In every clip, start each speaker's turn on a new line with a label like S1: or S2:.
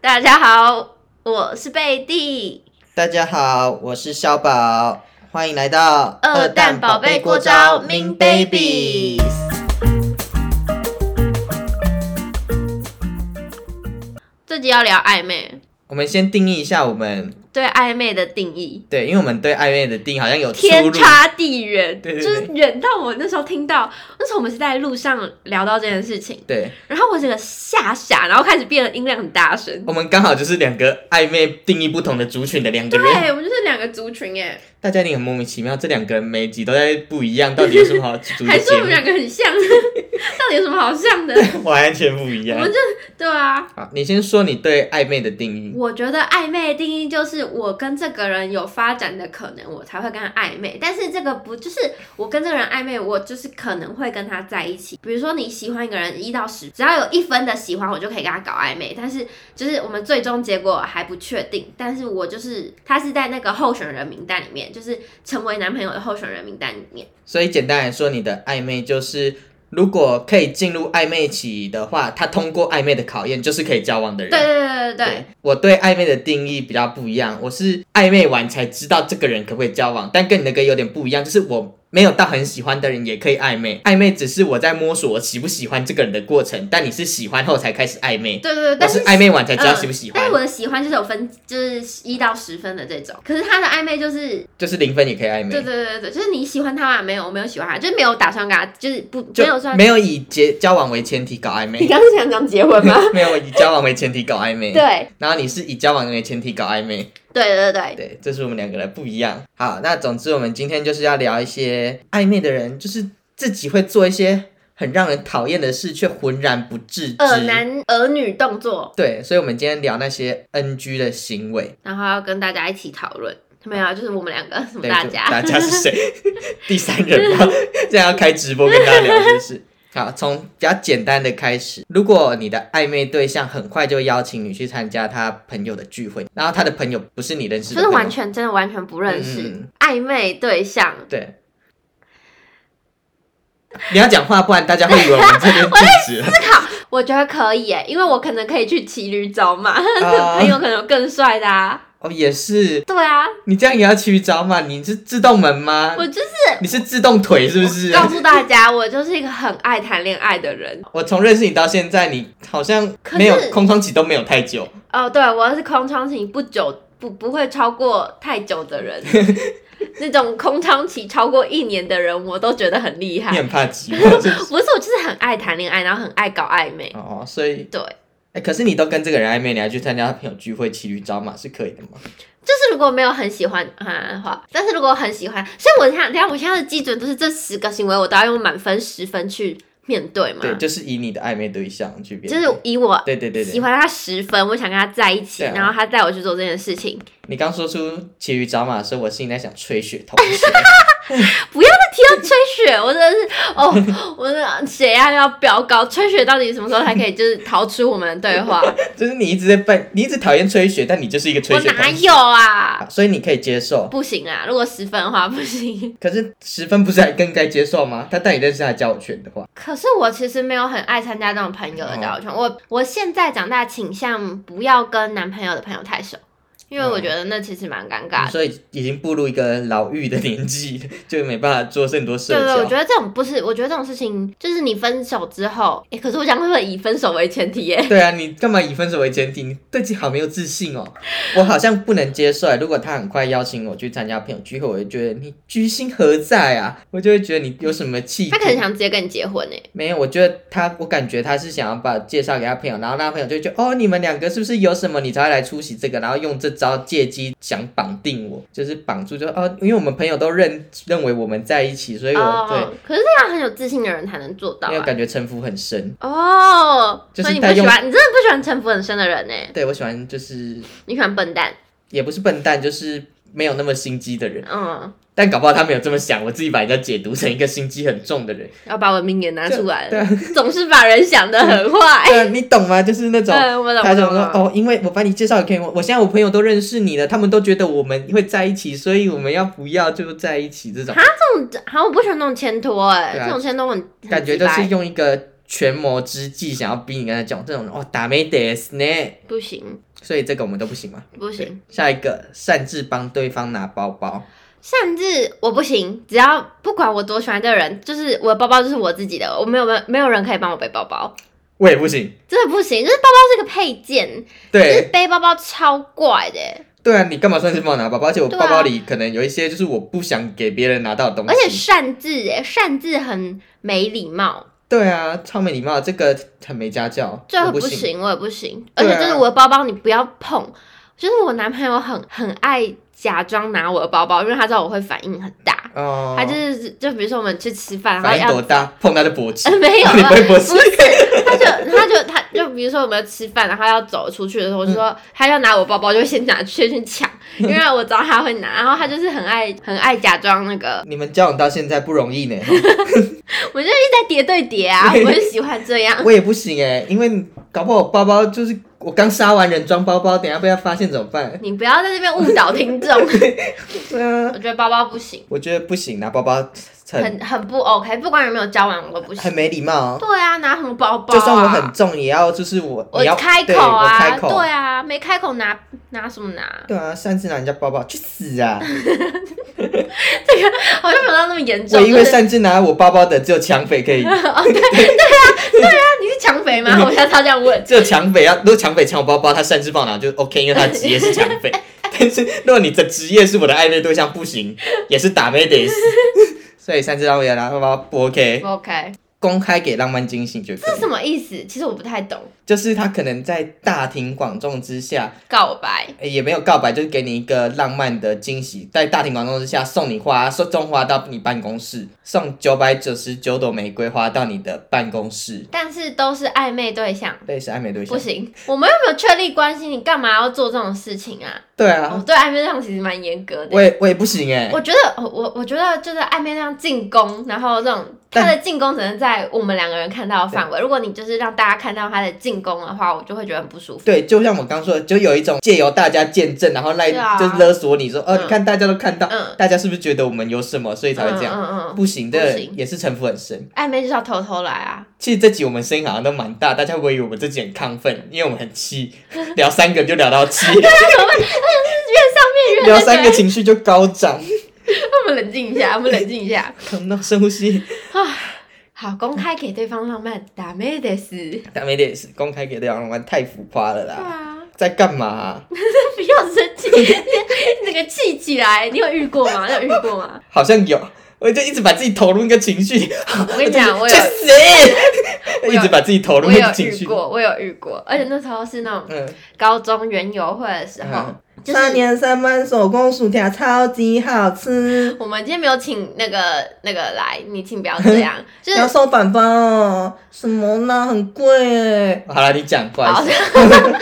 S1: 大家好，我是贝蒂。
S2: 大家好，我是肖宝，欢迎来到
S1: 二蛋宝贝过招，Mean Babies。这集要聊暧昧，
S2: 我们先定义一下我们
S1: 对暧昧的定义
S2: 对，因为我们对暧昧的定义好像有出入
S1: 天，差地远，
S2: 对对
S1: 就是
S2: 对
S1: 远到我那时候听到，那时候我们是在路上聊到这件事情，
S2: 对，
S1: 然后我整个吓傻，然后开始变得音量很大声。
S2: 我们刚好就是两个暧昧定义不同的族群的两个人，
S1: 对，哎我们就是两个族群哎，
S2: 大家一定很莫名其妙，这两个人每集都在不一样，到底有什么好组的
S1: 还是
S2: 节
S1: 我们两
S2: 目？
S1: 个很像， 到底有什么好像的？
S2: 完全不一
S1: 我
S2: 样
S1: 们。对啊，
S2: 好，你先说你对暧昧的定义。
S1: 我觉得暧昧的定义就是我跟这个人有发展的可能，我才会跟他暧昧。但是这个不就是我跟这个人暧昧，我就是可能会跟他在一起。比如说你喜欢一个人一到十，只要有一分的喜欢，我就可以跟他搞暧昧。但是就是我们最终结果还不确定，但是我就是他是在那个候选人名单里面，就是成为男朋友的候选人名单里面。
S2: 所以简单来说，你的暧昧就是，如果可以进入暧昧期的话，他通过暧昧的考验，就是可以交往的人。
S1: 对对对对对。
S2: 我对暧昧的定义比较不一样，我是暧昧完才知道这个人可不可以交往，但跟你那个有点不一样，就是我没有到很喜欢的人也可以暧昧，暧昧只是我在摸索我喜不喜欢这个人的过程，但你是喜欢后才开始暧昧，
S1: 对对对，
S2: 我
S1: 但
S2: 是
S1: 是
S2: 暧昧完才知道
S1: 嗯
S2: 喜不喜欢
S1: 但，是我的喜欢就是有分，就是一到十分的这种。可是他的暧昧就是，
S2: 就是零分也可以暧昧，
S1: 对对对对，就是你喜欢他吗？没有，我没有喜欢他，就是没有打算跟他，就是不没有
S2: 就
S1: 算。
S2: 没有以结交往为前提搞暧
S1: 你
S2: 昧，
S1: 刚刚是想讲结婚吗？
S2: 没有以交往为前提搞暧 昧，
S1: 对
S2: 然后你是以交往为前提搞暧昧，
S1: 对对对，
S2: 对，这是我们两个人不一样。好，那总之我们今天就是要聊一些暧昧的人，就是自己会做一些很让人讨厌的事，却浑然不自知。
S1: 耳男儿女动作，
S2: 对，所以我们今天聊那些 NG 的行为。
S1: 然后要跟大家一起讨论。没有啊，就是我们两个什么
S2: 对，
S1: 大
S2: 就
S1: 家，
S2: 大家是 谁？第三人吗？这样要开直播跟大家聊是 不是？好，从比较简单的开始。如果你的暧昧对象很快就邀请你去参加他朋友的聚会，然后他的朋友不是你认识
S1: 就
S2: 的
S1: 是
S2: 朋友，
S1: 完全真的完全不认
S2: 嗯嗯
S1: 识
S2: 嗯
S1: 暧昧对象。
S2: 对。你要讲话，不然大家会以为我们这边禁止了。
S1: 我觉得可以耶，因为我可能可以去骑驴找马，
S2: 啊
S1: 朋友可能有更帅的啊。
S2: 哦，也是，
S1: 对啊，
S2: 你这样也要骑驴找马？你是自动门吗？
S1: 我就是。
S2: 你是自动腿是不是？
S1: 告诉大家，我就是一个很爱谈恋爱的人。
S2: 我从认识你到现在，你好像
S1: 可是
S2: 没有空窗期都没有太久。
S1: 哦，对，我是空窗期不久不不会超过太久的 人，那种空窗期超过一年的人，我都觉得很厉
S2: 你
S1: 害。
S2: 很怕寂寞， 是不是？
S1: 不是，我就是很爱谈恋爱，然后很爱搞暧昧。
S2: 哦，所以
S1: 对，
S2: 哎、可是你都跟这个人暧昧，你还去参加他朋友聚会骑驴找马是啊可以的吗？
S1: 就是如果没有很喜欢他的话，但是如果很喜欢，所以我想，等一下我现在的基准就是这十个行为，我都要用满分十分去面对嘛。
S2: 对，就是以你的暧昧对象去变
S1: 就
S2: 成。
S1: 是以我
S2: 对对对
S1: 喜
S2: 对，
S1: 欢他十分，我想跟他在一起，
S2: 对啊
S1: 然后他带我去做这件事情，
S2: 你刚说出骑驴找马的时候，我心里在想吹雪同学。
S1: 提到吹雪，我真的是哦，我的血压要飙高。吹雪到底什么时候才可以就是逃出我们的对话？
S2: 就是你一直在扮，你一直讨厌吹雪，但你就是一个吹
S1: 我
S2: 雪
S1: 哪
S2: 同学
S1: 有啊？
S2: 好所以你可以接受。
S1: 不行啊！如果十分的话不行。
S2: 可是十分不是还更该接受吗？他带你认识他的交友圈的话，
S1: 可是我其实没有很爱参加这种朋友的交友
S2: 哦
S1: 圈。我我现在长大倾向不要跟男朋友的朋友太熟，因
S2: 哦
S1: 为我觉得那其实蛮尴尬的。
S2: 所以已经步入一个老妪的年纪，就没办法做更多社
S1: 对对，我
S2: 交。
S1: 觉得这种不是，我觉得这种事情就是你分手之后，诶可是我讲会不会以分手为前提耶？
S2: 对啊，你干嘛以分手为前提？你对自己好没有自信哦。我好像不能接受欸。如果他很快邀请我去参加朋友聚会，我就觉得你居心何在啊？我就会觉得你有什么企图
S1: 他可能想直接跟你结婚诶。
S2: 没有，我觉得他，我感觉他是想要把介绍给他朋友，然后那朋友就觉得哦，你们两个是不是有什么，你才会来出席这个，然后用这招借机想绑定我，就是绑住就，哦，因为我们朋友都认认为我们在一起，所以我、
S1: 哦，可是这样很有自信的人才能做到
S2: 对，因为
S1: 啊。
S2: 感觉城府很深。
S1: 哦，
S2: 就是
S1: 所以你
S2: 他
S1: 不喜
S2: 用
S1: 欢，你真的不喜欢城府很深的人呢？
S2: 对我喜欢就是
S1: 你喜欢笨蛋，
S2: 也不是笨蛋，就是没有那么心机的人，
S1: 嗯，
S2: 但搞不好他没有这么想，我自己把人家解读成一个心机很重的人。
S1: 要把文明也拿出来
S2: 对
S1: 了
S2: 啊，
S1: 总是把人想的很 坏。
S2: 对啊，你懂吗？就是那种。
S1: 嗯，我懂，
S2: 他
S1: 我
S2: 就
S1: 懂
S2: 说
S1: 我懂。
S2: 哦，因为我把你介绍给朋友，我现在我朋友都认识你了，他们都觉得我们会在一起，所以我们要不要就在一起这种
S1: 好，我不喜欢那种牵拖，哎，
S2: 对啊
S1: 这种牵拖很很
S2: 感觉，
S1: 鸡
S2: 就
S1: 掰
S2: 是用一个权谋之计想要逼你跟他讲这种人哦，打没得呢。
S1: 不行。
S2: 所以这个我们都不行嘛。
S1: 不行。
S2: 下一个，擅自帮对方拿包包，
S1: 甚至我不行，只要不管我多喜欢这个人，就是我的包包就是我自己的，我没有没有没有人可以帮我背包包，
S2: 我也不行。
S1: 真的不行。就是包包是个配件，就是
S2: 对
S1: 背包包超怪的，欸
S2: 对啊，你干嘛擅自帮我拿包包？而且我
S1: 对啊
S2: 包包里可能有一些就是我不想给别人拿到的东西。
S1: 而且擅自哎，擅自很没礼貌，
S2: 对啊，超没礼貌，这个很没家教，
S1: 这
S2: 我
S1: 个不
S2: 行。
S1: 行，我也不行。而
S2: 对啊
S1: 且就是我的包包你不要碰，就是我男朋友很很爱假装拿我的包包，因为他知道我会反应很大，
S2: 哦，
S1: 他就是就比如说我们去吃饭，然后
S2: 反应
S1: 要
S2: 多大？碰他的脖子，
S1: 没有
S2: 你
S1: 啊
S2: 不会脖子
S1: 不？是， 他就他就他就比如说我们要吃饭，然后要走出去的时候，我就说、
S2: 嗯
S1: 他要拿我包包，就先拿先去 抢，因为我知道他会拿，然后他就是很爱很爱假装那个，
S2: 你们交往到现在不容易呢，
S1: 我就一直在叠对叠啊，我就喜欢这样。
S2: 我也不行哎，因为搞不好我包包就是我刚杀完人装包包，等一下被他发现怎么办？
S1: 你不要在这边误导听 众，
S2: 对啊，
S1: 我觉得包包不行，
S2: 我觉得不行，拿包包很
S1: 很很不 OK，不管有没有交往我都不
S2: 很
S1: 行。
S2: 没礼貌、哦。
S1: 对啊，拿什么包包、啊？
S2: 就算我很重，也要就是我，
S1: 我
S2: 你要
S1: 开
S2: 对
S1: 口啊，
S2: 我开口，
S1: 对啊，没开口拿拿什么拿？
S2: 对啊，擅自拿人家包包，去死啊！
S1: 好像没有到那么严重。
S2: 我因为
S1: 就是
S2: 擅自拿我包包的，只有抢匪可以，
S1: 你是抢匪吗？我下次要这样 问。
S2: 只有抢匪要，啊如果抢匪抢我包包，他擅自帮我拿就 OK，因为他的职业是抢 匪。但是如果你的职业是我的暧昧对象，不行，也是打妹得死。 所以擅自让我拿包包啊不 OK，
S1: 不 OK。
S2: 公开给浪漫惊喜就可
S1: 这
S2: 以
S1: 是。什么意思？其实我不太懂。
S2: 就是他可能在大庭广众之下，
S1: 告白，
S2: 欸也没有告白，就是给你一个浪漫的惊喜，在大庭广众之下送你花，送种花到你办公室，送九百九十九朵玫瑰花到你的办公室，
S1: 但是都是暧昧对象，
S2: 类似暧昧对象
S1: 不。行。我们又没有确立关系，你干嘛要做这种事情啊？
S2: 对
S1: 我
S2: 啊，
S1: 对暧昧对象其实蛮严格
S2: 我
S1: 的。
S2: 也我也不行 哎、
S1: 我觉得，我我觉得就是暧昧对象进攻，然后这种
S2: 但
S1: 他的进攻只能在我们两个人看到的范围。如果你就是让大家看到他的进攻的话，我就会觉得很不舒服。
S2: 对，就像我刚说的，就有一种借由大家见证，然后来、
S1: 对啊
S2: 就是勒索你说，哦，
S1: 嗯
S2: 你看大家都看到，
S1: 嗯
S2: 大家是不是觉得我们有什么，所以才会这样？
S1: 嗯嗯嗯，
S2: 不行，这
S1: 不
S2: 个
S1: 行
S2: 也是城府很深。
S1: 暧昧就是要偷偷来啊。
S2: 其实这集我们声音好像都蛮大，大家会不会以为我们这集很亢 奋，因为我们很气，聊三个就聊到气，
S1: 越上面越
S2: 聊三个情绪就高涨。
S1: 我们冷静一下，我们冷静一下。
S2: 那深呼吸，
S1: 好，公开给对方浪漫，打妹的是。
S2: 但没点是公开给对方玩太浮夸了
S1: 对
S2: 啦，
S1: 啊。
S2: 在干嘛、
S1: 不要生气，你那个气起来，你有遇过吗？你有遇过吗？
S2: 好像有，我就一直把自己投入那个情绪，
S1: 我跟你讲，我
S2: 去
S1: 有，
S2: 死，
S1: 我
S2: 一
S1: 有
S2: 直把自己投入
S1: 我
S2: 那个
S1: 有
S2: 情
S1: 遇
S2: 绪。
S1: 过，我有遇过，而且那时候是那种
S2: 嗯，
S1: 高中园游会的时候
S2: 嗯，
S1: 就
S2: 三
S1: 是
S2: 年三班手工薯条超级好吃，
S1: 我们今天没有请那个那个来，你请不要这 样，就是
S2: 要收板板哦，什么呢？很贵 哎。好了，你讲，不好
S1: 好
S2: 意思，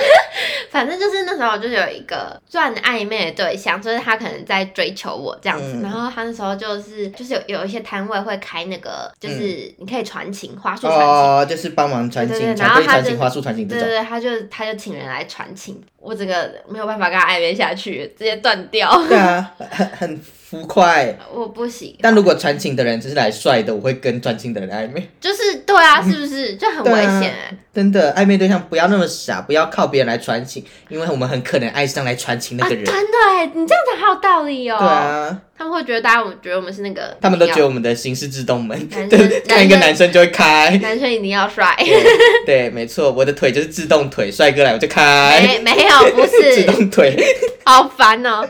S1: 反正就是那时候就是有一个算暧昧的对象，就是他可能在追求我这样子，
S2: 嗯
S1: 然后他那时候就是就是有有一些摊位会开那个，就是你可以传情，花束传情。
S2: 嗯哦，就是帮忙传情
S1: 对对、对
S2: 传
S1: 然后
S2: 对
S1: 他
S2: 传
S1: 就
S2: 情、花束传情这
S1: 对
S2: 种
S1: 对。对，他就他就请人来传情，我整个没有办法跟他暧昧下去，直接断掉，
S2: 对啊，很 很浮夸欸。
S1: 我不行。
S2: 但如果传情的人只是来帅的，我会跟传情的人暧昧。
S1: 就是对啊，是不是就很
S2: 对啊
S1: 危险、欸？
S2: 真的，暧昧对象不要那么傻，不要靠别人来传情，因为我们很可能爱上来传情那
S1: 啊
S2: 个人。
S1: 真的哎、你这样子好有道理哦、
S2: 对啊，
S1: 他们会觉得大家我觉得我们是那个，
S2: 他们都觉
S1: 一
S2: 得我们的心是自动门，
S1: 男生
S2: 对，看一个
S1: 男生
S2: 男生就会
S1: 定
S2: 开。
S1: 要男生一定要 帅，
S2: 对对，没错，我的腿就是自动腿，帅哥来我就开，
S1: 没没有不
S2: 自
S1: 是，
S2: 动腿。
S1: 好烦哦、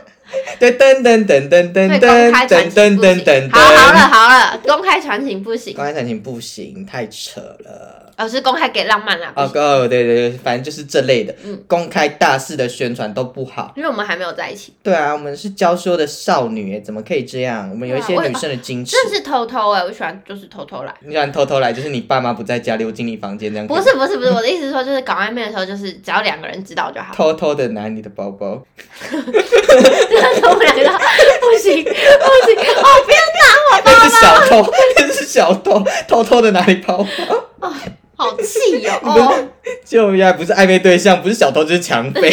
S2: 对，噔噔噔噔
S1: 所
S2: 噔
S1: 以公开传
S2: 噔噔
S1: 情不行
S2: 噔噔噔。
S1: 好好了，好了，公开传情不行
S2: 公，开传情不行，太扯了。
S1: 哦是公开给浪漫啦，不
S2: 哦
S1: 行，
S2: 哦，对对对，反正就是这类的，
S1: 嗯
S2: 公开大肆的宣传都不好。
S1: 因为我们还没有在一起，
S2: 对啊，我们是娇羞的少女哎耶，怎么可以这样？我们有一些
S1: 对啊我
S2: 女生的矜持。
S1: 真的是偷偷哎、我喜欢就是偷偷来。
S2: 你想偷偷来，就是你爸妈不在家，溜进你房间这样。
S1: 不，是不是不是，我的意思是说，就是搞暧昧的时候，就是只要两个人知道 就好。
S2: 偷偷的拿你的包包。
S1: 就是我们两个都不行不行，哦不要拿我吧，
S2: 那哎是小偷， 那是小偷，偷偷的拿你包包。
S1: 好气哦！哦，
S2: 就呀，不是暧昧对象，不是小偷就是强匪。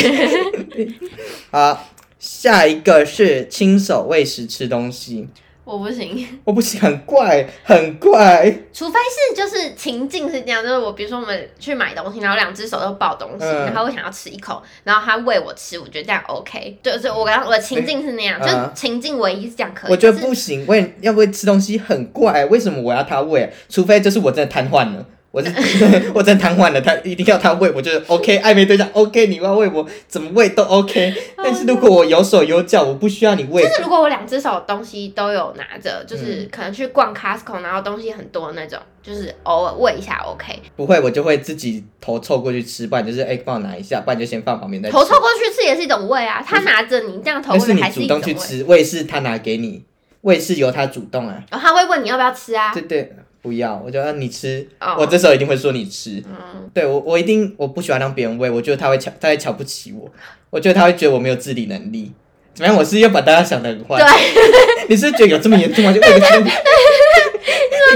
S2: 好，下一个是亲手喂食吃东西，
S1: 我不行，
S2: 我不行，很怪，很怪。
S1: 除非是就是情境是这样，就是我比如说我们去买东西，然后两只手都抱东西，
S2: 嗯
S1: 然后我想要吃一口，然后他喂我吃，我觉得这样 OK。对，所以我刚我的情境是那样，
S2: 嗯
S1: 就情境唯一是这样可以。
S2: 我觉得
S1: 可是
S2: 不行，喂，要喂吃东西很怪，为什么我要他喂？除非就是我真的瘫痪了。我是 我真的瘫痪了，他一定要他喂我，就是 OK 暧昧对象 OK，你要喂我怎么喂 都
S1: 哦
S2: OK。但是如果我有手有脚，我不需要你喂
S1: 就，是如果我两只手东西都有拿着，就是
S2: 嗯
S1: 可能去逛 Costco，然后东西很多那种，就是偶尔喂一下 OK。
S2: 不会我就会自己头凑过去吃，不然就是哎帮我拿一下，不然就先放旁边再吃。
S1: 头凑过去吃也是一种喂啊，他拿着你这样头
S2: 那
S1: 过
S2: 是
S1: 去
S2: 你
S1: 还是
S2: 主
S1: 一
S2: 动
S1: 种
S2: 去
S1: 喂。
S2: 吃，喂是他拿给你，喂是由他主动啊。
S1: 哦然后他会问你要不要吃啊？
S2: 对对，不要，我就让你吃，
S1: 哦
S2: 我这时候一定会说你吃。
S1: 嗯，
S2: 对我，我一定我不喜欢让别人喂，我觉得他会瞧，他会瞧不起我，我觉得他会觉得我没有自理能力。怎么样？我是要把大家想得很坏。
S1: 对，
S2: 你是不是觉得有这么严重吗？就喂个吃。你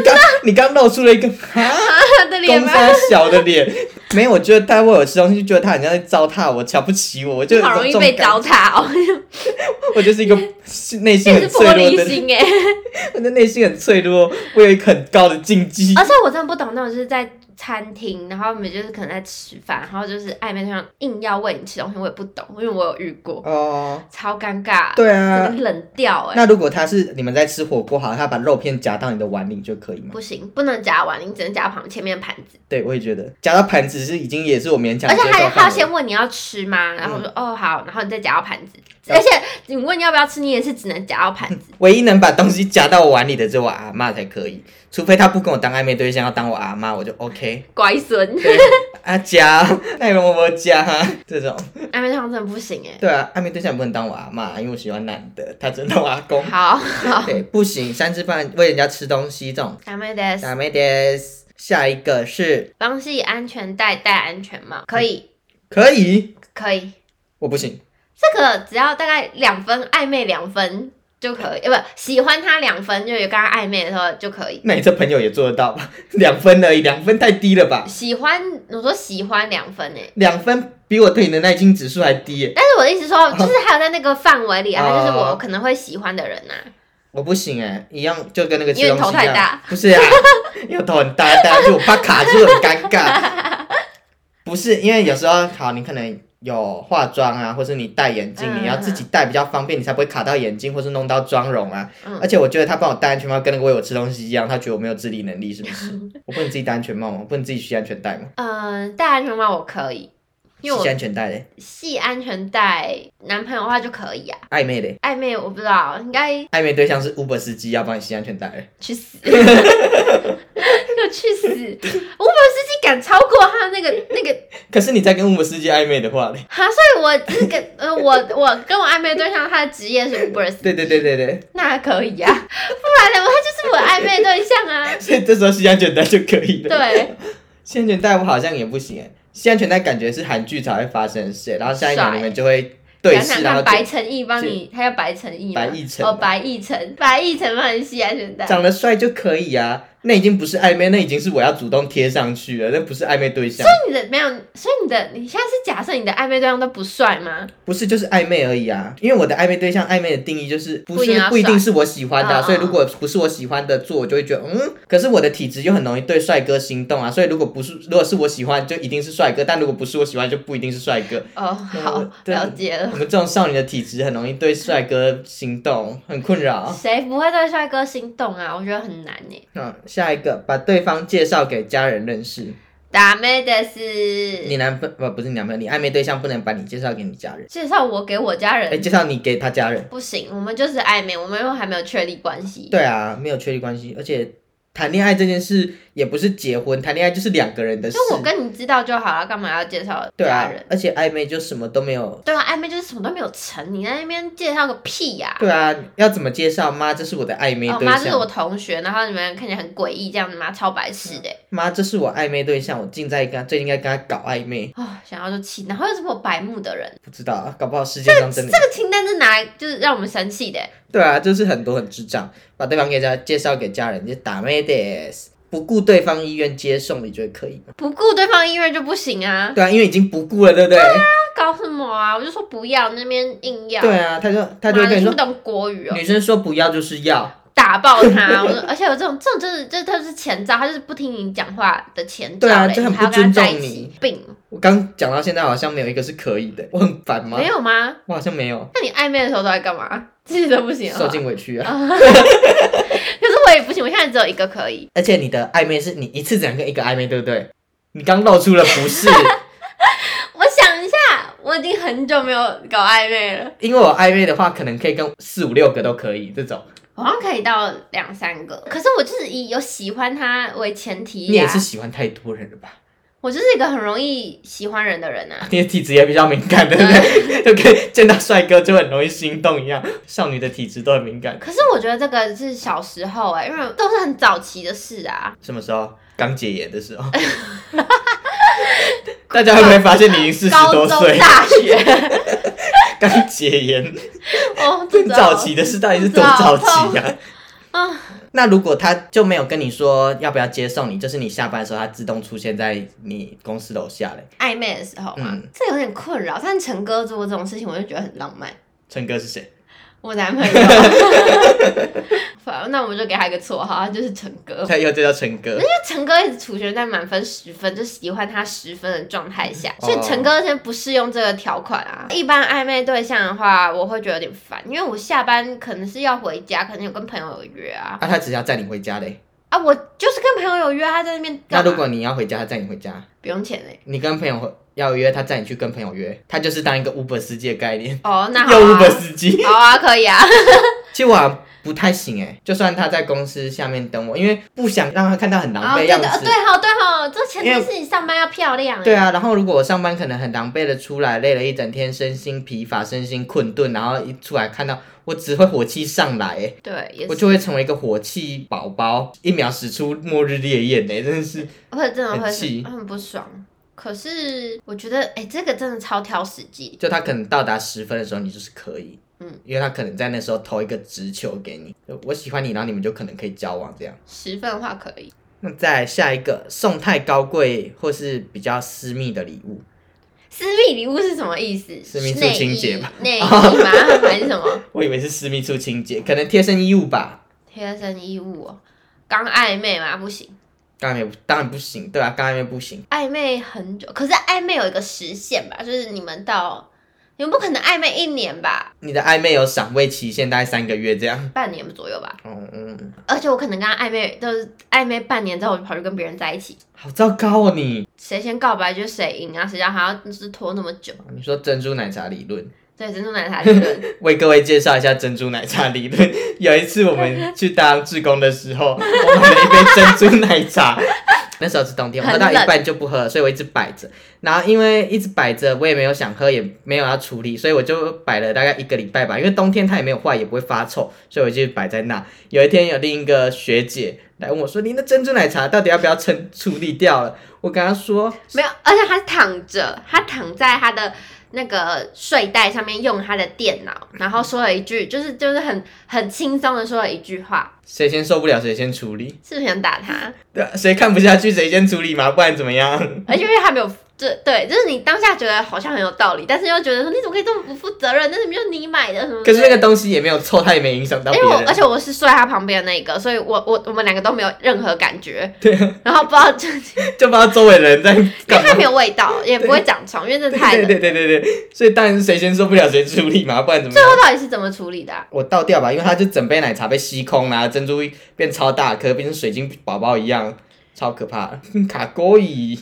S2: 刚你刚露出了一个哈
S1: 他的脸
S2: 公
S1: 吗？
S2: 杀小的脸，没有，我觉得他喂我吃东西，就觉得他好像在糟蹋我，瞧不起我，我就有
S1: 好容易
S2: 这种
S1: 被
S2: 感
S1: 糟蹋哦，
S2: 我就是 一个内心
S1: 这
S2: 很
S1: 是
S2: 脆
S1: 玻
S2: 弱
S1: 璃
S2: 的人，
S1: 心哎。
S2: 我的内心很脆弱，我有一个很高的禁忌。
S1: 而且我真的不懂那种就是在餐厅，然后我们就是可能在吃饭，然后就是暧昧对象硬要喂你吃东西，我也不懂，因为我有遇过，
S2: 哦，
S1: 超尴尬，
S2: 对
S1: 整
S2: 啊。
S1: 个冷掉哎、
S2: 那如果他是你们在吃火锅，好，他把肉片夹到你的碗里就可以吗？
S1: 不行，不能夹碗，你只能夹旁前面的盘子，
S2: 对，我也觉得夹到盘子是已经也是我勉强
S1: 而
S2: 接
S1: 且
S2: 受
S1: 还还要
S2: 范围。
S1: 先问你要吃吗？然后我说、
S2: 嗯
S1: 哦好，然后你再夹到盘子，
S2: 然
S1: 而
S2: 后
S1: 且你问要不要吃，你也是只能夹到盘 子。
S2: 唯一能把东西夹到我碗里的只有我阿妈才可以，除非他不跟我当暧昧对象，要当我阿妈，我就 OK。
S1: 乖孙，
S2: 对啊夹，那你我我夹啊这种，
S1: 暧昧对象真的不行哎、
S2: 对啊，暧昧对象不能当我阿妈，因为我喜欢男的，他只能当我阿公。
S1: 好好，
S2: 对，不行，三吃饭喂人家吃东西这种。
S1: 暧昧的
S2: 打妹的下一个是
S1: 帮系安全带，戴安全帽，可以
S2: 可以，
S1: 可以。
S2: 我不行，
S1: 这个只要大概两分暧昧两分就可以，呃，不喜欢他两分，就有跟他暧昧的时候就可以。
S2: 那你这朋友也做得到吧？ 两分而已，两分太低了吧？
S1: 喜欢，我说喜欢两分诶，
S2: 两分比我对你的耐心指数还低耶，
S1: 但是我的意思 说，就是还有在那个范围里啊，
S2: 哦
S1: 他就是我可能会喜欢的人啊呐、
S2: 我不行哎，一样就跟那个吃
S1: 因为
S2: 东
S1: 你头
S2: 西一
S1: 太
S2: 样
S1: 大，
S2: 不是 啊，因为我头很大，但是我怕卡住很尴尬，不是因为有时候好，你可能。有化妆啊，或是你戴眼镜，
S1: 嗯
S2: 你要自己戴比较方便，你才不会卡到眼睛，或是弄到妆容啊。
S1: 嗯
S2: 而且我觉得他帮我戴安全帽，跟那个喂我吃东西一样，他觉得我没有自理能力，是 不是？我不能自己戴安全帽吗？我不能自己系安全带吗？
S1: 嗯、戴安全帽我可以，因为
S2: 系
S1: 我
S2: 安全带嘞，
S1: 系安全带男朋友的话就可以啊。
S2: 暧昧嘞，
S1: 暧昧我不知道，应该
S2: 暧昧对象是 Uber 司机要帮你系安全带嘞。
S1: 去 死， 给我去死！我把司机赶超过他那个那个
S2: 可是你在跟 Uber 司机暧昧的话嘞？
S1: 哈，所以我这个 呃，我我跟我暧昧对象，他的职业是 Uber，司
S2: 对对对对对，
S1: 那还可以啊，不然呢，他就是我的暧昧对象啊。
S2: 所以这时候系安全带就可以了。，
S1: 对，
S2: 系安全带我好像也不行哎，系安全带感觉是韩剧才会发生的事欸，然后下一秒
S1: 帅
S2: 你们就会对
S1: 想
S2: 视，
S1: 想
S2: 然后
S1: 看，
S2: 就
S1: 白诚毅帮你，他叫白诚毅吗
S2: 白亦辰
S1: 哦，白亦辰，白亦辰帮你系安全带。
S2: 长得帅就可以啊。那已经不是暧昧，那已经是我要主动贴上去了，那不是暧昧对象，
S1: 所以你的没有，所以你的你现在是假设你的暧昧对象都不帅吗？
S2: 不是就是暧昧而已啊。因为我的暧昧对象，暧昧的定义就是不
S1: 不一定
S2: 是
S1: 要嗯
S2: 不一定是我喜欢的啊、
S1: 帅
S2: 所以如果不是我喜欢的做，我就会觉得嗯。可是我的体质又很容易对帅哥心动啊，所以如果不是如果是我喜欢，就一定是帅哥；但如果不是我喜欢，就不一定是帅哥。
S1: 哦，
S2: 那
S1: 好
S2: 我，呃对
S1: 了解了。
S2: 我们这种少女的体质很容易对帅哥心动，很困扰。
S1: 谁不会对帅哥心动啊？我觉得很难呢。
S2: 嗯，下一个，把对方介绍给家人认识。
S1: 打妹的是
S2: 你男朋不不是你男朋友，你暧昧对象不能把你介绍给你家人，
S1: 介绍我给我家
S2: 哎、
S1: 人，
S2: 介绍你给他家人。
S1: 不行，我们就是暧昧，我们又还没有确立关系。
S2: 对啊，没有确立关系，而且谈恋爱这件事也不是结婚，谈恋爱就是两个人的事
S1: 就。我跟你知道就好了，干嘛要介绍
S2: 对
S1: 家
S2: 啊
S1: 人？，
S2: 而且暧昧就什么都没有。
S1: 对啊，暧昧就是什么都没有成，你在那边介绍个屁呀、
S2: 对啊，要怎么介绍？妈，这是我的暧昧
S1: 哦
S2: 对
S1: 妈，这是
S2: 象。
S1: 我同学，然后你们看起来很诡异，这样子妈超白痴的、
S2: 妈，这是我暧昧对象，我竟在跟他最近在跟他搞暧昧，
S1: 哦，想要就气，然后又这么白目的人，
S2: 不知道啊，搞不好世界上真的
S1: 这个清单是拿来就是让我们生气的、
S2: 对啊，就是很多很智障，把对方给家介绍给家人，就打妹的，不顾对方意愿接送，你觉得可以吗？
S1: 不顾对方意愿就不行啊，
S2: 对啊，因为已经不顾了，对不对？
S1: 他搞什么啊？我就说不要，那边硬要，
S2: 对啊，他就他就
S1: 妈的
S2: 会跟你
S1: 听
S2: 说
S1: 不，懂国语哦、
S2: 女生说不要就是要，
S1: 打爆 他。我说，而且有这种这种就是这他是前兆，他就是不听你讲话的前兆
S2: 对啊
S1: 嘞
S2: 这很
S1: 你还要
S2: 不
S1: 跟他
S2: 尊重
S1: 在一
S2: 你
S1: 起，病
S2: 我刚讲到现在好像没有一个是可以的，我很烦吗
S1: 没？有吗？
S2: 我好像没有，
S1: 那你暧昧的时候都在干嘛？自己都不行啊。
S2: 受尽委屈 啊。
S1: 可是我也不行，我现在只有一个可以。
S2: 而且你的暧昧是你一次只能跟一个暧昧，对不对？你刚露出了不 是，
S1: 我想一下，我已经很久没有搞暧昧了，
S2: 因为我暧昧的话，可能可以跟四五六个都可以这种。
S1: 好像可以到两三个。可是我就是以有喜欢他为前提
S2: 你
S1: 呀、
S2: 也是喜欢太多人了吧？
S1: 我就是一个很容易喜欢人的人啊。
S2: 你的体质也比较敏感，对不 对？就跟见到帅哥就很容易心动一样，少女的体质都很敏感。
S1: 可是我觉得这个是小时候哎、因为都是很早期的事啊。
S2: 什么时候？刚解严的 时候。大家会不会发现你已经四十
S1: 高
S2: 多
S1: 中、
S2: 岁？
S1: 大学，
S2: 刚解严，
S1: 哦，
S2: 更早期的事到底是多早期呀、
S1: 啊！
S2: 那如果他就没有跟你说要不要接送你，就是你下班的时候，他自动出现在你公司楼下嘞。
S1: 暧昧的时候嘛，
S2: 嗯
S1: 这有点困扰。但陈哥做这种事情，我就觉得很浪漫。
S2: 陈哥是谁？
S1: 我男 朋友，反正那我们就给他一个绰号，他就是陈哥。
S2: 他以后就叫陈哥。
S1: 因为陈哥一直处于在满分十分，就喜欢他十分的状态下，所以
S2: 哦
S1: 陈哥现在不适用这个条款啊。一般暧昧对象的话，我会觉得有点烦，因为我下班可能是要回家，可能有跟朋友有约啊
S2: 啊，他只要载你回家嘞。
S1: 啊，我就是跟朋友有约，他在那边干嘛
S2: 那如果你要回家，他载你回家。
S1: 不用钱嘞、
S2: 你跟朋友要约，他载你去跟朋友约，他就是当一个 Uber 司机的概念，
S1: 哦，那好
S2: 又 Uber
S1: 啊，
S2: 司机。
S1: 好啊，可以啊，
S2: 其实我好像不太行哎，就算他在公司下面等我，因为不想让他看到很
S1: 哦
S2: 狼狈
S1: 对
S2: 样
S1: 的，
S2: 子。
S1: 哦对好对好，这前
S2: 因
S1: 提
S2: 为
S1: 是你上班要漂亮、欸，
S2: 对啊，然后如果我上班可能很狼狈的出来，累了一整天，身心疲乏，身心困顿，然后一出来看到我只会火气上来，哎，
S1: 对，也
S2: 我
S1: 是
S2: 就会成为一个火气宝宝，一秒使出末日烈焰，哎，真的
S1: 嗯
S2: 是
S1: 会真的会
S2: 很气
S1: 很不爽。可是我觉得，哎、这个真的超挑时机，
S2: 就他可能到达十分的时候，你就是可以，
S1: 嗯，
S2: 因为他可能在那时候投一个直球给你，就我喜欢你，然后你们就可能可以交往这样。
S1: 十分的话可以。
S2: 那再下一个，送太高贵或是比较私密的礼物，
S1: 私密礼物是什么意思？
S2: 私密处
S1: 内
S2: 清
S1: 衣
S2: 洁吧
S1: 内衣吗？ 还是什么
S2: 我以为是私密处清洁，可能贴身衣物吧，
S1: 贴身衣物、哦？刚暧昧嘛，不行，
S2: 当然也当然不行，对啊，刚才那不行。
S1: 暧昧很久，可是暧昧有一个时限吧，就是你们到，你们不可能暧昧一年吧，
S2: 你的暧昧有赏味期限，大概三个月这样。
S1: 半年左右吧。
S2: 嗯嗯，
S1: 而且我可能跟他暧昧，就是暧昧半年之后，我就跑去跟别人在一起，
S2: 好糟糕哦你！
S1: 谁先告白就是谁赢啊，谁让他就是拖那么久。
S2: 哦你说珍珠奶茶理论，
S1: 对，珍珠奶茶理论，
S2: 为各位介绍一下珍珠奶茶理论。 有一次我们去当志工的时候，我 买了一杯珍珠奶茶。那时候是冬天，我喝到一半就不喝了，所以我一直摆着。然后因为一直摆着，我也没有想喝，也没有要处理，所以我就摆了大概一个礼拜吧。因为冬天它也没有坏，也不会发臭，所以我就摆在那。有一天有另一个学姐来问我说：“你那珍珠奶茶到底要不要称处理掉了？”我跟她说
S1: 没有，而且他是躺着，他躺在他的那个睡袋上面用他的电脑，然后说了一句，就是就是很很轻松的说了一句话，：“
S2: 谁先受不了谁先处理。”
S1: 是不是想打 他？
S2: 对啊，谁看不下去谁先处理嘛，不然怎么样？
S1: 而且因为他没有。这对，就是你当下觉得好像很有道理，但是又觉得说你怎么可以这么不负责任？那明明就是你买的什么之
S2: 可
S1: 类的？
S2: 是那个东西也没有臭，它也没影响到别
S1: 因为哎我而
S2: 人。
S1: 且我是睡在他旁边的那一个，所以我我我们两个都没有任何感 觉。然后不知道就，因
S2: 就不知道周围的人在
S1: 为
S2: 干
S1: 它
S2: 嘛。
S1: 没有味道，也不会长虫，因为这太
S2: 对
S1: 冷。
S2: 对对对对，所以当然是谁先受不了谁处理嘛，不然怎么
S1: 最
S2: 样？
S1: 后到底是怎么处理的啊、
S2: 我倒掉吧，因为它就整杯奶茶被吸空啦、珍珠变超大颗，变成水晶宝宝一样，超可怕。卡勾椅，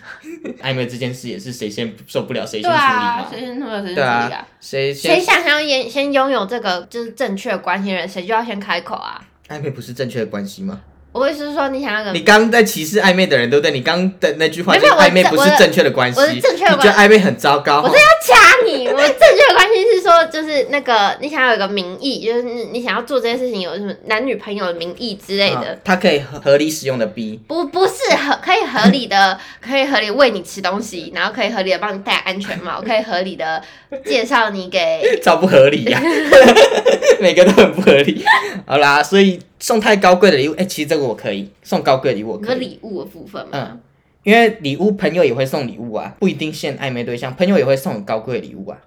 S2: 暧昧这件事也是谁先受不了谁先
S1: 对
S2: 处理
S1: 啊，
S2: 嘛
S1: 谁，先处理谁先处
S2: 对
S1: 理
S2: 啊
S1: 啊？，
S2: 谁
S1: 谁
S2: 先
S1: 想要先先拥有这个就是正确的关系人，谁就要先开口啊！
S2: 暧昧不是正确的关系吗？
S1: 我意思是说，你想要个
S2: 你刚刚在歧视暧昧的人，对不对？你刚刚的那句话就
S1: 嗯
S2: 是
S1: 没有我
S2: 暧昧不是正确的关系，
S1: 我的正确的
S2: 你觉得暧昧很糟糕？
S1: 我真要掐你！我正确的关系是说，就是那个你想要有一个名义，就是你你想要做这件事情有什么男女朋友的名义之类的
S2: 啊，它可以合合理使用的 B。
S1: 不不是合可以合理的，可以合理喂你吃东西，然后可以合理的帮你戴安全帽，可以合理的介绍你 给
S2: 超不合 理呀、每个都很不合理。好啦，所以送太高贵的礼物，哎、其实这个我可以送高贵的礼物，我
S1: 你说
S2: 可以，
S1: 礼物的部分嘛。
S2: 嗯因为礼物朋友也会送礼物啊，不一定限暧昧对象，朋友也会送很高贵的礼物啊。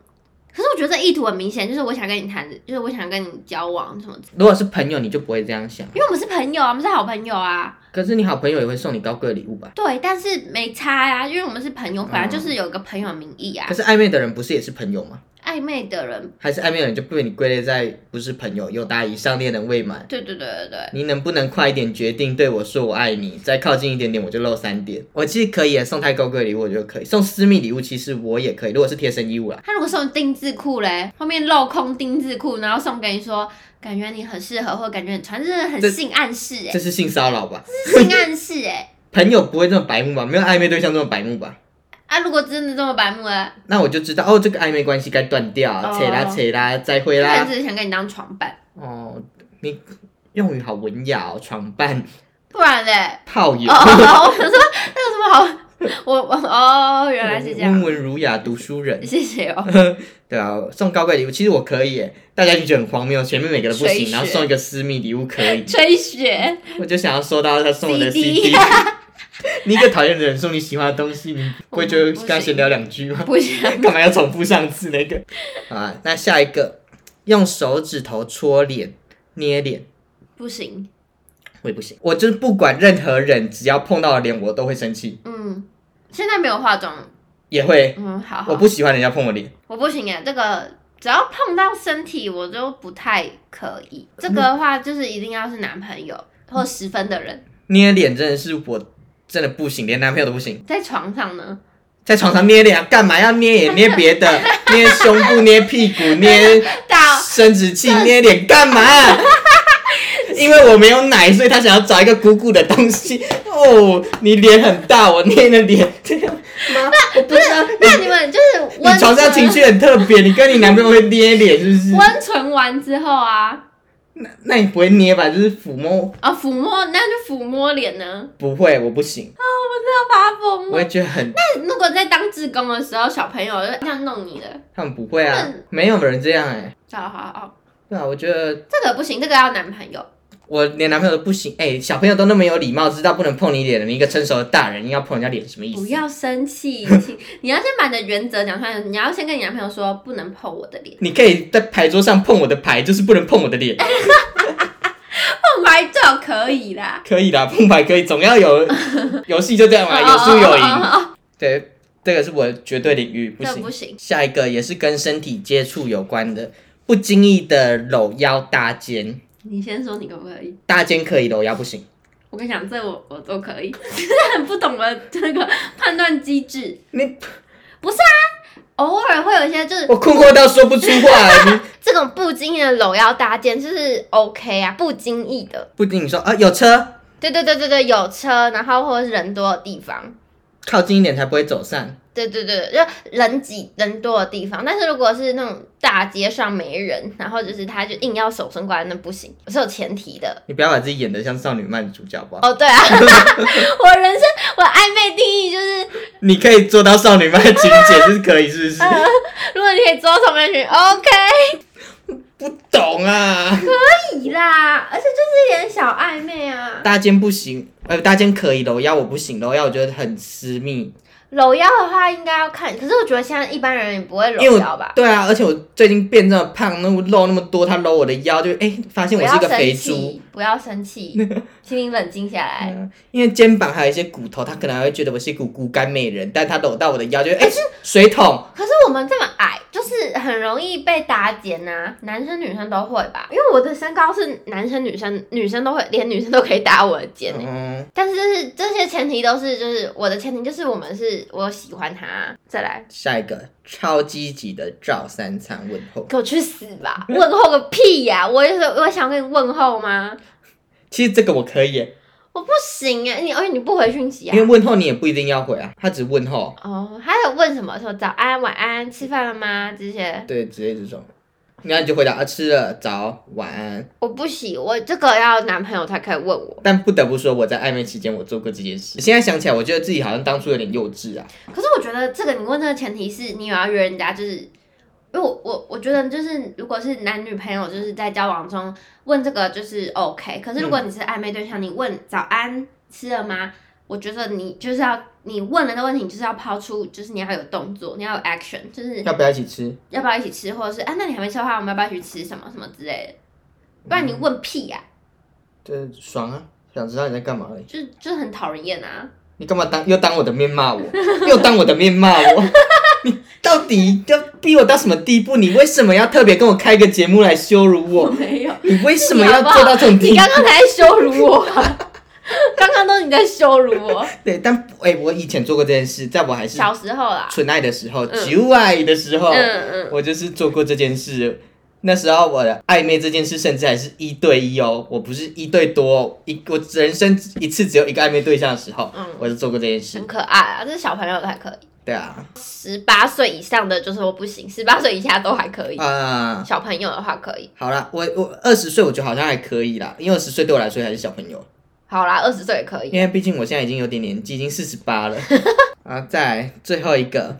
S1: 可是我觉得这意图很明显，就是我想跟你谈，就是我想跟你交往什么的，
S2: 如果是朋友，你就不会这样想。
S1: 因为我们是朋友啊，我们是好朋友啊。
S2: 可是你好朋友也会送你高贵的礼物吧？
S1: 对，但是没差呀、因为我们是朋友，本来就是有个朋友的名义啊
S2: 嗯可。是暧昧的人不是也是朋友吗？
S1: 暧昧的人，
S2: 还是暧昧的人就被你归类在不是朋友？有达以上恋人未满。
S1: 对对对对对，
S2: 你能不能快一点决定对我说我爱你？再靠近一点点我就漏三点。我其实可以耶送太高贵的礼物，我觉得可以送私密礼物，其实我也可以。如果是贴身衣物啦，
S1: 他如果送丁字裤嘞，后面镂空丁字裤，然后送给你说，感觉你很适合，或感觉你穿，真的
S2: 这
S1: 很性暗示哎、
S2: 这是性骚扰吧？
S1: 这是性暗示哎、
S2: 朋友不会这么白目吧？没有暧昧对象这么白目吧？
S1: 啊，如果真的这么白目了，
S2: 那我就知道哦，这个暧昧关系该断掉，啊
S1: 哦
S2: 扯啦扯啦，再会
S1: 他可能
S2: 啦。
S1: 只是想跟你当床伴，
S2: 哦，你用语好文雅哦，床伴、
S1: 不然嘞，
S2: 炮友
S1: 哦，，我想说那有什么好？我我哦，原来是这样
S2: 温，文儒雅读书 人。
S1: 谢谢哦。
S2: 对啊，送高贵礼物其实我可以耶，大家就觉得很荒谬，前面每个都不
S1: 吹
S2: 行，
S1: 雪
S2: 然后送一个私密礼物可以，
S1: 吹雪，
S2: 我就想要收到他送我的
S1: CD
S2: CD。你一个讨厌的人送你喜欢的东西， 你不会就跟他闲聊两句 吗？
S1: 不行，
S2: 干嘛要重复上次那个？啊，那下一个，用手指头戳脸、捏脸，
S1: 不行，
S2: 我也不行。我就是不管任何人，只要碰到脸，我都会生气，
S1: 嗯，现在没有化妆，
S2: 也会。
S1: 嗯，好好，
S2: 我不喜欢人家碰我脸，
S1: 我不行哎，这个只要碰到身体，我就不太可以。这个的话，就是一定要是男朋友或十分的人，
S2: 捏脸真的是我真的不行，连男朋友都不行。
S1: 在床上 呢，
S2: 在床上捏脸啊，干嘛要捏也捏别的，捏胸部、捏屁股、捏
S1: 到
S2: 生殖器、捏脸干嘛？因为我没有奶，所以他想要找一个鼓鼓的东西。哦，你脸很大，我捏了脸，这样妈，我不知道。
S1: 那你们就是
S2: 你
S1: 温
S2: 床上情
S1: 存
S2: 绪很特别，你跟你男朋友会捏脸是不是？
S1: 温存完之后啊，
S2: 那你不会捏吧？就是抚摸，
S1: 啊抚摸，那就抚摸脸呢，
S2: 不会，我 不行，
S1: 要发疯
S2: 我
S1: 吗。
S2: 会觉得很，
S1: 那如果在当志工的时候，小朋友就这样弄你的，
S2: 他们不会啊，没有人这样哎、
S1: 好好好，
S2: 对啊，我觉得
S1: 这个不行，这个要男朋友。
S2: 我连男朋友都不行，哎、小朋友都那么有礼貌，知道不能碰你脸了，你一个成熟的大人硬要碰人家脸，什么意
S1: 不
S2: 思？
S1: 要生气，请你要先把你的原则讲出来。你要先跟你男朋友说，不能碰我的脸，
S2: 你可以在牌桌上碰我的牌，就是不能碰我的脸，
S1: 碰拍照可以啦。
S2: 可以啦，碰牌可以，总要 有游戏就这样嘛，有输有赢。
S1: 哦哦，哦哦哦
S2: 对，这个是我的绝对领域，不
S1: 这
S2: 行
S1: 不。行。
S2: 下一个也是跟身体接触有关的，不经意的搂腰搭肩，
S1: 你先说你可不可以？
S2: 搭肩可以，搂腰不行。
S1: 我跟你讲，这我我都可以， 很不懂我这个判断机制。
S2: 你
S1: 不是啊，偶尔会有一些就是
S2: 我困惑到说不出 话，你
S1: 这种不经意的搂腰搭肩，就是 OK 啊，不经意的。
S2: 不仅你说啊有车，
S1: 对对对对对，有车，然后或者是人多的地方。
S2: 靠近一点才不会走散。
S1: 对对对，就人挤人多的地方。但是如果是那种大街上没人，然后就是他就硬要手伸过来，那不行，是有前提的。
S2: 你不要把自己演得像少女漫主角，好不好？
S1: 哦，对啊， 我人生我暧昧定义就是，
S2: 你可以做到少女漫的情节，这是可以，是 不是？
S1: 如果你可以做到同人群，OK
S2: 不懂啊，
S1: 可以啦，而且就是一点小暧昧啊。
S2: 搭肩不行，呃，搭肩可以，搂腰我不行，搂腰我觉得很私密，
S1: 搂腰的话应该要看，可是我觉得现在一般人也不会
S2: 因为
S1: 搂腰
S2: 我
S1: 吧。
S2: 对啊，而且我最近变这么胖，那么肉那么多，他搂我的腰就哎、发现
S1: 不
S2: 我是一
S1: 要
S2: 个肥
S1: 生
S2: 猪。
S1: 气，不要生气， 请你冷静下来。
S2: 嗯因为肩膀还有一些骨头，他可能还会觉得我是一股骨干美人，但他搂到我的腰就哎、水桶，
S1: 可是我们这么矮，就是很容易被搭肩啊，男生女生都会吧？因为我的身高是男生女生女生都会，连女生都可以搭我的肩、欸。
S2: 嗯，
S1: 但是就是这些前提都是，就是我的前提就是我们是我喜欢他，再来
S2: 下一个超积极的赵三餐问候，
S1: 给我去死 吧！问候个屁呀、我就是我想跟你问候吗？
S2: 其实这个我可以耶，
S1: 我不行哎、你而且你不回讯息啊
S2: 因为？问候你也不一定要回啊，他只问候，
S1: 哦，还有问什么说早安、晚安、吃饭了吗？这些
S2: 对，之类这种，然后你就回答啊吃了，早晚安。
S1: 我不行，我这个要男朋友才可以问我。
S2: 但不得不说，我在暧昧期间我做过这件事，现在想起来，我觉得自己好像当初有点幼稚啊。
S1: 可是我觉得这个你问这个前提是你有要约人家，就是因为我我我觉得就是如果是男女朋友就是在交往中问这个就是 OK，可是如果你是暧昧对象，你问早安吃了吗？我觉得你就是要你问了的问题，你就是要抛出，就是你要有动作，你要有 action，就是
S2: 要不要一起吃？
S1: 要不要一起吃，或者是啊，那你还没吃的话，我们要不要一起吃什么什么之类的？不然你问屁啊呀、
S2: 这爽啊！想知道你在干嘛而已。
S1: 就是就是很讨人厌啊。
S2: 你干嘛当又当我的面骂我， 又当我的面骂我？ 你到底要逼我到什么地步？你为什么要特别跟我开个节目来羞辱我？
S1: 没有，
S2: 你为什么要做到这种
S1: 你
S2: 地步
S1: 刚？刚才在羞辱我啊， 刚刚都是你在羞辱我。
S2: 对，但哎、我以前做过这件事，在我还是哦
S1: 小时候啦，
S2: 纯爱的时候、
S1: 嗯
S2: 旧爱的时候，
S1: 嗯嗯，
S2: 我就是做过这件事。那时候我的暧昧这件事，甚至还是一对一哦，我不是一对多哦，一我人生一次只有一个暧昧对象的时候，
S1: 嗯
S2: 我就做过这件事
S1: 很。可爱啊，这是小朋友才可以。
S2: 对啊，
S1: 十八岁以上的就是我不行，十八岁以下都还可以。
S2: 啊、
S1: 小朋友的话可以，
S2: 好啦，我我二十岁，我觉得好像还可以啦，因为二十岁对我来说还是小朋友，
S1: 好啦，二十岁也可以。
S2: 因为毕竟我现在已经有点年纪，已经四十八 了。啊，再来最后一个，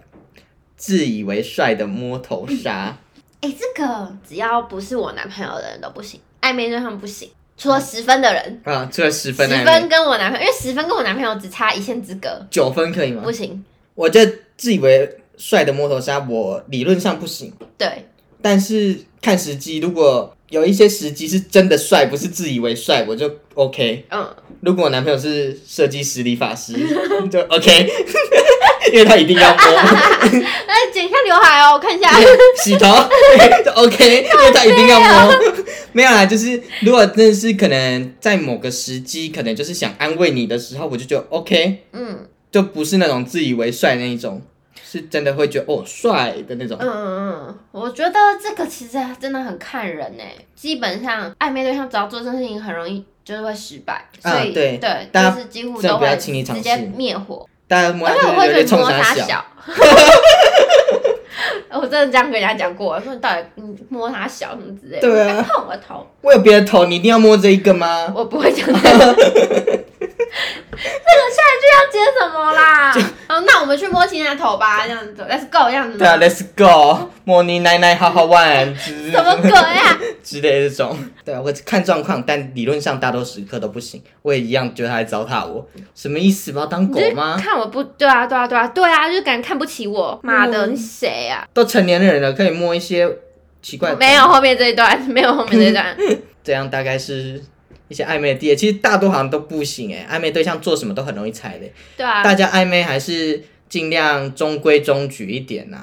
S2: 自以为帅的摸头 杀，
S1: 哎、这个只要不是我男朋友的人都不行，暧昧对象不行，除了十分的人，
S2: 啊，除了十
S1: 十
S2: 分暧
S1: 分
S2: 昧，
S1: 跟我男朋友，因为十分跟我男朋友只差一线之隔，
S2: 九分可以吗
S1: 不？行。
S2: 我觉得自以为帅的摸头杀，我理论上不行，
S1: 对，
S2: 但是看时机，如果有一些时机是真的帅，不是自以为帅，我就 OK。
S1: 嗯，
S2: 如果我男朋友是设计师、理发师， 就 OK，因为他一定要摸。
S1: 那剪一下刘海哦，我看一下。
S2: 洗头 就 OK，因为他一定要摸。
S1: 哦
S2: 没有啦，就是如果真的是可能在某个时机，可能就是想安慰你的时候，我就觉得 OK，
S1: 嗯
S2: 就不是那种自以为帅那一种，是真的会觉得哦帅的那种
S1: 嗯。嗯嗯，我觉得这个其实真的很看人呢。基本上暧昧对象只要做这件事情，很容易就是会失败，所以、
S2: 啊对
S1: 对，
S2: 大家
S1: 就是几乎
S2: 真的
S1: 都
S2: 不要
S1: 会
S2: 轻易尝
S1: 直
S2: 试
S1: 接灭火。
S2: 大家摸
S1: 而
S2: 他
S1: 且我
S2: 就有
S1: 会
S2: 点
S1: 觉得
S2: 冲
S1: 摩擦
S2: 啥小，
S1: 小。 我真的这样跟人家讲过，我说你到底你摸他小什么之类的，
S2: 对啊
S1: 你敢碰我头，
S2: 我有别的头，你一定要摸这一个吗？
S1: 我不会讲这个。那个下 一句要接什么 啦？好，那我们去摸其他头吧，这样子，Let's go，这样子吗。
S2: 对啊，Let's go，摸你奶奶好好玩，之
S1: 什么鬼啊？
S2: 之类的这种。对啊，我看状况，但理论上大多时刻都不行。我也一样觉得他在糟蹋我，什么意思？把我当狗
S1: 你
S2: 吗
S1: 就？看我不对啊，对啊，对啊，对啊，就是感觉看不起我。妈的，
S2: 嗯
S1: 你谁啊？
S2: 都成年人了，可以摸一些奇怪的。嗯
S1: 没有，后面这一段，没有后面这一段。
S2: 这样大概是一些暧昧的地点。其实大多好像都不行哎、暧昧对象做什么都很容易踩雷。
S1: 对啊，
S2: 大家暧昧还是尽量中规中矩一点呐、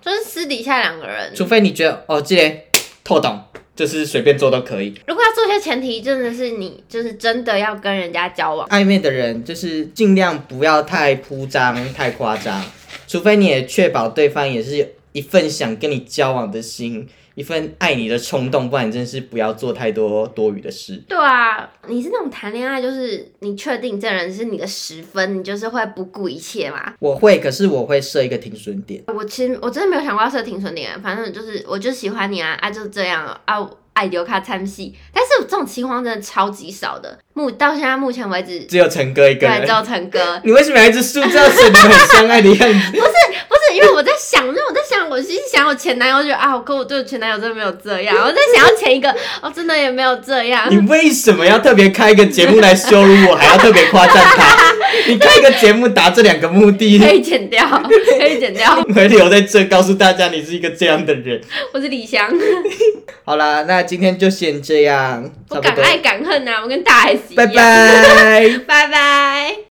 S1: 就是私底下两个人，
S2: 除非你觉得哦，这个透懂，就是随便做都可以。
S1: 如果要做一些前提，真的是你就是真的要跟人家交往。
S2: 暧昧的人就是尽量不要太铺张、太夸张，除非你也确保对方也是一份想跟你交往的心，一份爱你的冲动，不然真是不要做太多多余的事。
S1: 对啊，你是那种谈恋爱，就是你确定这人是你的十分，你就是会不顾一切嘛。
S2: 我会，可是我会设一个停损点。
S1: 我其实我真的没有想过要设停损点，反正就是我就喜欢你啊，啊就这样啊，爱留卡参戏。但是这种情况真的超级少的，目到现在目前为 止，
S2: 只有陈哥一个
S1: 对，只
S2: 人。
S1: 有陈哥，
S2: 你为什么要一直塑造成你们很相爱的样子？
S1: 不是因为我在想，因为我在想，我其实想我前男友，就觉得啊，我跟我对我前男友真的没有这 样，我在想要前一个，哦，真的也没有这样
S2: 你。为什么要特别开一个节目来羞辱我，还要特别夸赞 他？你开一个节目达这两个目
S1: 可
S2: 的，
S1: 以剪掉，可以剪掉。
S2: 我留在这告诉大家你是一个这样的人。
S1: 我是李翔，
S2: 好啦，那今天就先这样，
S1: 我
S2: 差不
S1: 敢
S2: 多，
S1: 爱敢恨呐、啊，我跟大 S 一
S2: 拜
S1: 样。
S2: 拜。
S1: 拜拜。